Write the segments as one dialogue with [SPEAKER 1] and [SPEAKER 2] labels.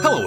[SPEAKER 1] Hello,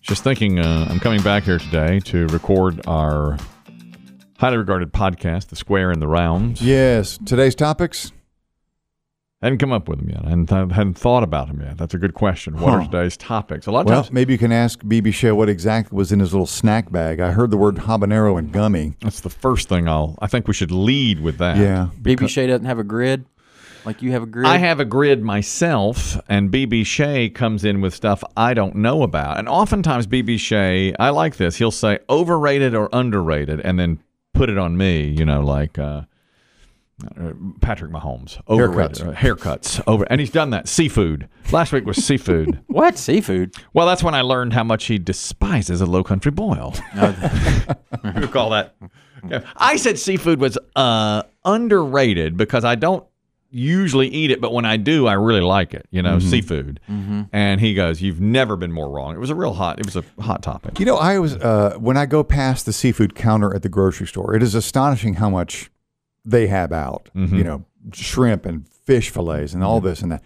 [SPEAKER 2] Just thinking, uh, I'm coming back here today to record our highly regarded podcast, The Square and the Rounds.
[SPEAKER 3] Yes. Today's topics?
[SPEAKER 2] hadn't come up with them yet. I hadn't, th- hadn't thought about them yet. That's a good question. What are
[SPEAKER 3] Huh.
[SPEAKER 2] today's topics? A lot of
[SPEAKER 3] Well,
[SPEAKER 2] times,
[SPEAKER 3] maybe you can ask BB Shea what exactly was in his little snack bag. I heard the word habanero and gummy.
[SPEAKER 2] that's the first thing I'll. I think we should lead with that.
[SPEAKER 3] Yeah.
[SPEAKER 4] BB Shea doesn't have a grid, like you have a grid.
[SPEAKER 2] I have a grid myself, and BB Shea comes in with stuff I don't know about. And oftentimes, BB Shea, I like this. He'll say overrated or underrated, and then put it on me. You know, like uh, uh, Patrick Mahomes, overrated
[SPEAKER 3] Haircuts.
[SPEAKER 2] uh, haircuts, over, and he's done that. Seafood last week was seafood.
[SPEAKER 4] what seafood?
[SPEAKER 2] well, that's when I learned how much he despises a low country boil. we would call that. Yeah. I said seafood was uh, underrated because I don't usually eat it, but when I do, I really like it. You know, seafood. And he goes, "You've never been more wrong." It was a real hot. It was a hot topic.
[SPEAKER 3] You know, I was uh, when I go past the seafood counter at the grocery store, it is astonishing how much they have out.
[SPEAKER 2] Mm-hmm.
[SPEAKER 3] You know, shrimp and fish fillets and all this and that.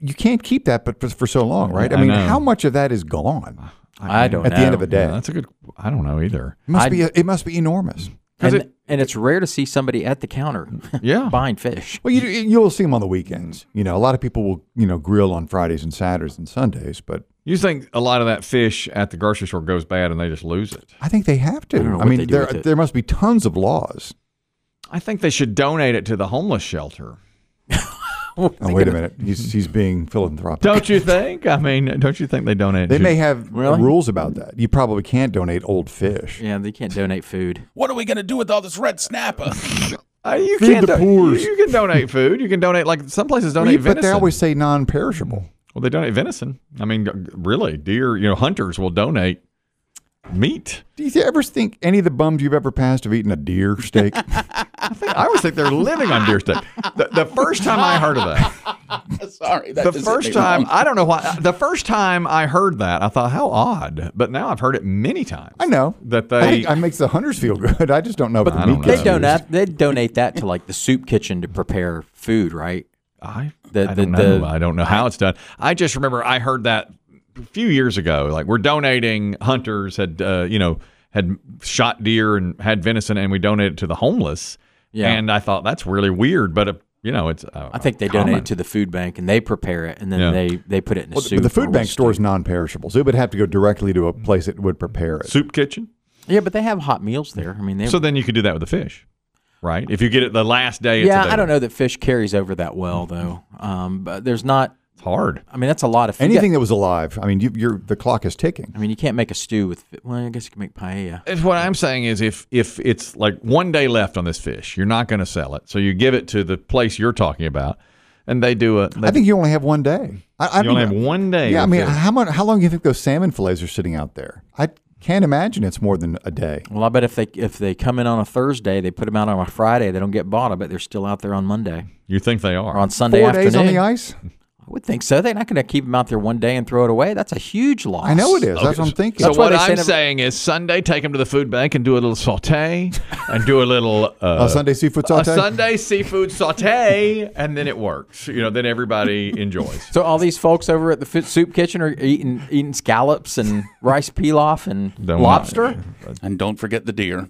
[SPEAKER 3] You can't keep that, but for, for so long, right? I,
[SPEAKER 2] I
[SPEAKER 3] mean,
[SPEAKER 2] know.
[SPEAKER 3] how much of that is gone
[SPEAKER 4] I, don't
[SPEAKER 3] at
[SPEAKER 4] know.
[SPEAKER 3] the end of the day?
[SPEAKER 2] Yeah, that's a good. I Mm. don't know either.
[SPEAKER 3] It must
[SPEAKER 4] I-
[SPEAKER 3] be it must be enormous.
[SPEAKER 4] and,
[SPEAKER 2] it-
[SPEAKER 4] and it's rare to see somebody at the counter
[SPEAKER 2] Yeah.
[SPEAKER 4] buying fish.
[SPEAKER 3] Well, you, you'll see them on the weekends. You know, a lot of people will you know grill on Fridays and Saturdays and Sundays, but
[SPEAKER 2] You think a lot of that fish at the grocery store goes bad and they just lose it?
[SPEAKER 3] I think they have to.
[SPEAKER 4] I don't know
[SPEAKER 3] I,
[SPEAKER 4] what they
[SPEAKER 3] mean,
[SPEAKER 4] do
[SPEAKER 3] there
[SPEAKER 4] with it.
[SPEAKER 3] there must be tons of laws.
[SPEAKER 2] I think they should donate it to the homeless shelter.
[SPEAKER 3] Oh, wait a minute, he's he's being philanthropic.
[SPEAKER 2] Don't you think? I mean, don't you think they donate? it
[SPEAKER 3] they
[SPEAKER 2] to-
[SPEAKER 3] may have
[SPEAKER 4] Really?
[SPEAKER 3] rules about that. You probably can't donate old fish.
[SPEAKER 4] Yeah, they can't donate food.
[SPEAKER 5] What are we gonna do with all this red snapper?
[SPEAKER 2] Uh, you
[SPEAKER 3] Feed
[SPEAKER 2] can
[SPEAKER 3] the
[SPEAKER 2] do-
[SPEAKER 3] poors.
[SPEAKER 2] You can donate food. You can donate like some places
[SPEAKER 3] Well,
[SPEAKER 2] donate
[SPEAKER 3] you- but
[SPEAKER 2] venison.
[SPEAKER 3] they always say non-perishable.
[SPEAKER 2] well, they donate venison. I mean, g- g- really, deer. You know, hunters will donate meat.
[SPEAKER 3] Do you ever think any of the bums you've ever passed have eaten a deer steak?
[SPEAKER 2] I always think they're living on deer steak. The, the first time I heard of that,
[SPEAKER 5] Sorry, that
[SPEAKER 2] the
[SPEAKER 5] just hit
[SPEAKER 2] first
[SPEAKER 5] me
[SPEAKER 2] time
[SPEAKER 5] wrong.
[SPEAKER 2] I don't know why. uh, The first time I heard that, I thought how odd. But now I've heard it many times.
[SPEAKER 3] I know
[SPEAKER 2] that
[SPEAKER 3] I
[SPEAKER 2] they.
[SPEAKER 3] think it makes the hunters feel good. I just don't know. But
[SPEAKER 2] I don't know.
[SPEAKER 4] They
[SPEAKER 2] Yes.
[SPEAKER 4] donate. They donate that to like the soup kitchen to prepare food, right?
[SPEAKER 2] I,
[SPEAKER 4] The-
[SPEAKER 2] I
[SPEAKER 4] the-
[SPEAKER 2] don't know.
[SPEAKER 4] the-
[SPEAKER 2] I don't know how it's done. I just remember I heard that a few years ago. Like we're donating hunters had uh, you know had shot deer and had venison, and we donated to the homeless.
[SPEAKER 4] Yeah.
[SPEAKER 2] And I thought that's really weird, but uh, you know it's. Uh,
[SPEAKER 4] I think they donate it to the food bank and they prepare it and then
[SPEAKER 2] Yeah.
[SPEAKER 4] they they put it in a
[SPEAKER 3] Well,
[SPEAKER 4] soup.
[SPEAKER 3] but the
[SPEAKER 4] or
[SPEAKER 3] food
[SPEAKER 4] a
[SPEAKER 3] bank
[SPEAKER 4] stew.
[SPEAKER 3] stores non-perishables. It would have to go directly to a place that would prepare it.
[SPEAKER 2] soup kitchen.
[SPEAKER 4] Yeah, but they have hot meals there. I mean, they.
[SPEAKER 2] So then you could do that with the fish, right? If you get it the last day.
[SPEAKER 4] yeah,
[SPEAKER 2] it's
[SPEAKER 4] I don't know that fish carries over that well though. Um, but there's not.
[SPEAKER 2] It's hard.
[SPEAKER 4] I mean, that's a lot of you got-
[SPEAKER 3] Anything that was alive. I mean, you, you're the clock is ticking.
[SPEAKER 4] I mean, you can't make a stew with. fi- Well, I guess you can make paella.
[SPEAKER 2] It's what I'm saying is if if it's like one day left on this fish, you're not going to sell it, so you give it to the place you're talking about, and they do a. They
[SPEAKER 3] I think you only have one day. I, I
[SPEAKER 2] you only
[SPEAKER 3] mean,
[SPEAKER 2] have one day.
[SPEAKER 3] Yeah, I
[SPEAKER 2] with
[SPEAKER 3] mean,
[SPEAKER 2] fish.
[SPEAKER 3] how, mon- how long do you think those salmon fillets are sitting out there? I can't imagine it's more than a day.
[SPEAKER 4] Well, I bet if they if they come in on a Thursday, they put them out on a Friday. They don't get bought. I bet they're still out there on Monday
[SPEAKER 2] You think they are?
[SPEAKER 4] or on Sunday
[SPEAKER 3] Four
[SPEAKER 4] afternoon.
[SPEAKER 3] days on the ice?
[SPEAKER 4] I would think so. They're not going to keep them out there one day and throw it away. That's a huge loss.
[SPEAKER 3] I know it is. That's what I'm thinking.
[SPEAKER 2] so
[SPEAKER 4] That's why
[SPEAKER 2] what
[SPEAKER 4] they say
[SPEAKER 2] I'm
[SPEAKER 4] never-
[SPEAKER 2] saying is Sunday, take them to the food bank and do a little saute, and do a little uh,
[SPEAKER 3] a Sunday seafood
[SPEAKER 2] a
[SPEAKER 3] saute?
[SPEAKER 2] Sunday seafood saute, and then it works. You know, then everybody enjoys.
[SPEAKER 4] So all these folks over at the fi- soup kitchen are eating eating scallops and rice pilaf and
[SPEAKER 2] Don't
[SPEAKER 4] lobster.
[SPEAKER 5] And don't forget the deer.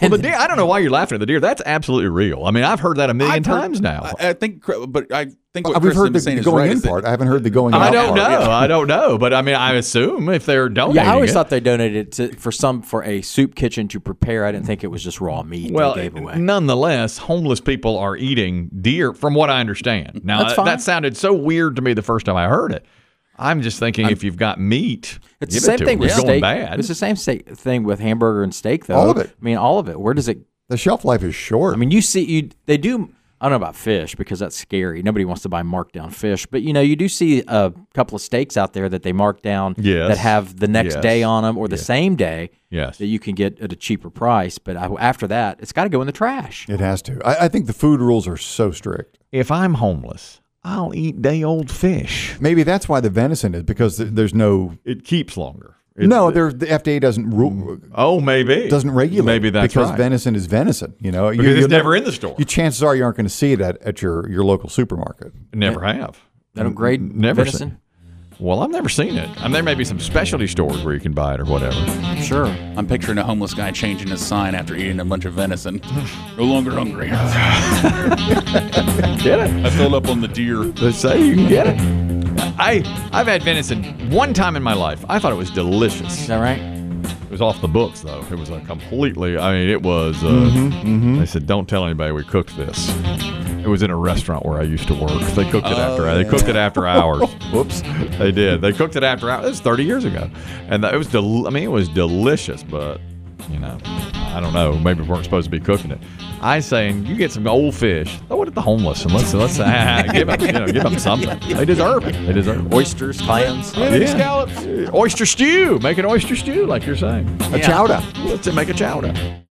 [SPEAKER 2] Well, the deer. I don't know why you're laughing at the deer. That's absolutely real. I mean, I've heard that a 1000000
[SPEAKER 5] I've heard-
[SPEAKER 2] times now.
[SPEAKER 5] I, I think, cr- but I think
[SPEAKER 3] Uh,
[SPEAKER 5] what
[SPEAKER 3] We've
[SPEAKER 5] Chris
[SPEAKER 3] heard
[SPEAKER 5] heard
[SPEAKER 3] the,
[SPEAKER 5] saying is
[SPEAKER 3] going
[SPEAKER 5] right.
[SPEAKER 3] in
[SPEAKER 5] is that-
[SPEAKER 3] part. I haven't heard the going out
[SPEAKER 2] I don't
[SPEAKER 3] part.
[SPEAKER 2] know. I don't know. But I mean, I assume if they're donating,
[SPEAKER 4] Yeah, I always
[SPEAKER 2] it-
[SPEAKER 4] thought they donated it to, for some for a soup kitchen to prepare. I didn't think it was just raw meat
[SPEAKER 2] Well,
[SPEAKER 4] they gave away.
[SPEAKER 2] nonetheless, homeless people are eating deer, from what I understand. Now,
[SPEAKER 4] That's
[SPEAKER 2] that-
[SPEAKER 4] fine.
[SPEAKER 2] that sounded so weird to me the first time I heard it. I'm just thinking if you've got meat,
[SPEAKER 4] It's
[SPEAKER 2] give
[SPEAKER 4] the same
[SPEAKER 2] it to
[SPEAKER 4] thing
[SPEAKER 2] them.
[SPEAKER 4] with
[SPEAKER 2] It's
[SPEAKER 4] steak.
[SPEAKER 2] going bad.
[SPEAKER 4] It's the same steak thing with hamburger and steak, though.
[SPEAKER 3] All of it.
[SPEAKER 4] I mean, all of it. Where does it?
[SPEAKER 3] The shelf life is short.
[SPEAKER 4] I mean, you see, you they do I don't know about fish because that's scary. Nobody wants to buy marked down fish, but you know you do see a couple of steaks out there that they mark down
[SPEAKER 2] Yes.
[SPEAKER 4] that have the next
[SPEAKER 2] Yes.
[SPEAKER 4] day on them or the same day
[SPEAKER 2] Yes.
[SPEAKER 4] that you can get at a cheaper price. But I, after that, it's got to go in the trash.
[SPEAKER 3] It has to. I, I think the food rules are so strict.
[SPEAKER 2] If I'm homeless, I'll eat day old fish.
[SPEAKER 3] Maybe that's why the venison is because th- there's no.
[SPEAKER 2] It keeps longer. It-
[SPEAKER 3] No, there, the FDA doesn't rule,
[SPEAKER 2] Oh, maybe
[SPEAKER 3] doesn't regulate.
[SPEAKER 2] Maybe that's
[SPEAKER 3] because
[SPEAKER 2] right.
[SPEAKER 3] venison is venison. You know,
[SPEAKER 2] because
[SPEAKER 3] you'll
[SPEAKER 2] it's never
[SPEAKER 3] nev-
[SPEAKER 2] in the store.
[SPEAKER 3] You chances are you aren't going to see it at, at your your local supermarket.
[SPEAKER 2] never have.
[SPEAKER 4] They don't grade
[SPEAKER 2] Never seen-
[SPEAKER 4] venison.
[SPEAKER 2] Well, I've never seen it. I mean, there may be some specialty stores where you can buy it or whatever.
[SPEAKER 4] Sure.
[SPEAKER 5] I'm picturing a homeless guy changing his sign after eating a bunch of venison. No longer hungry.
[SPEAKER 2] Get it.
[SPEAKER 5] I filled up on the deer.
[SPEAKER 2] They say you can get it. I I've had venison one time in my life. I thought it was delicious.
[SPEAKER 4] Is that right?
[SPEAKER 2] It was off the books though. It was a completely. I mean, it was. Uh, They said, "Don't tell anybody we cooked this." It was in a restaurant where I used to work. They cooked it after. They cooked it after hours. Whoops. They did. They cooked it after hours. It was 30 years ago, and it was. Del- I mean, it was delicious, but you know, I don't know. Maybe we weren't supposed to be cooking it. I saying, you get some old fish. Throw it at the homeless and let's let's ah, give them you know give them something. They deserve it. They deserve it.
[SPEAKER 4] Oysters, clams.
[SPEAKER 2] Yeah. Oyster stew. Make an oyster stew, like you're saying.
[SPEAKER 3] A chowder.
[SPEAKER 2] Let's make a chowder.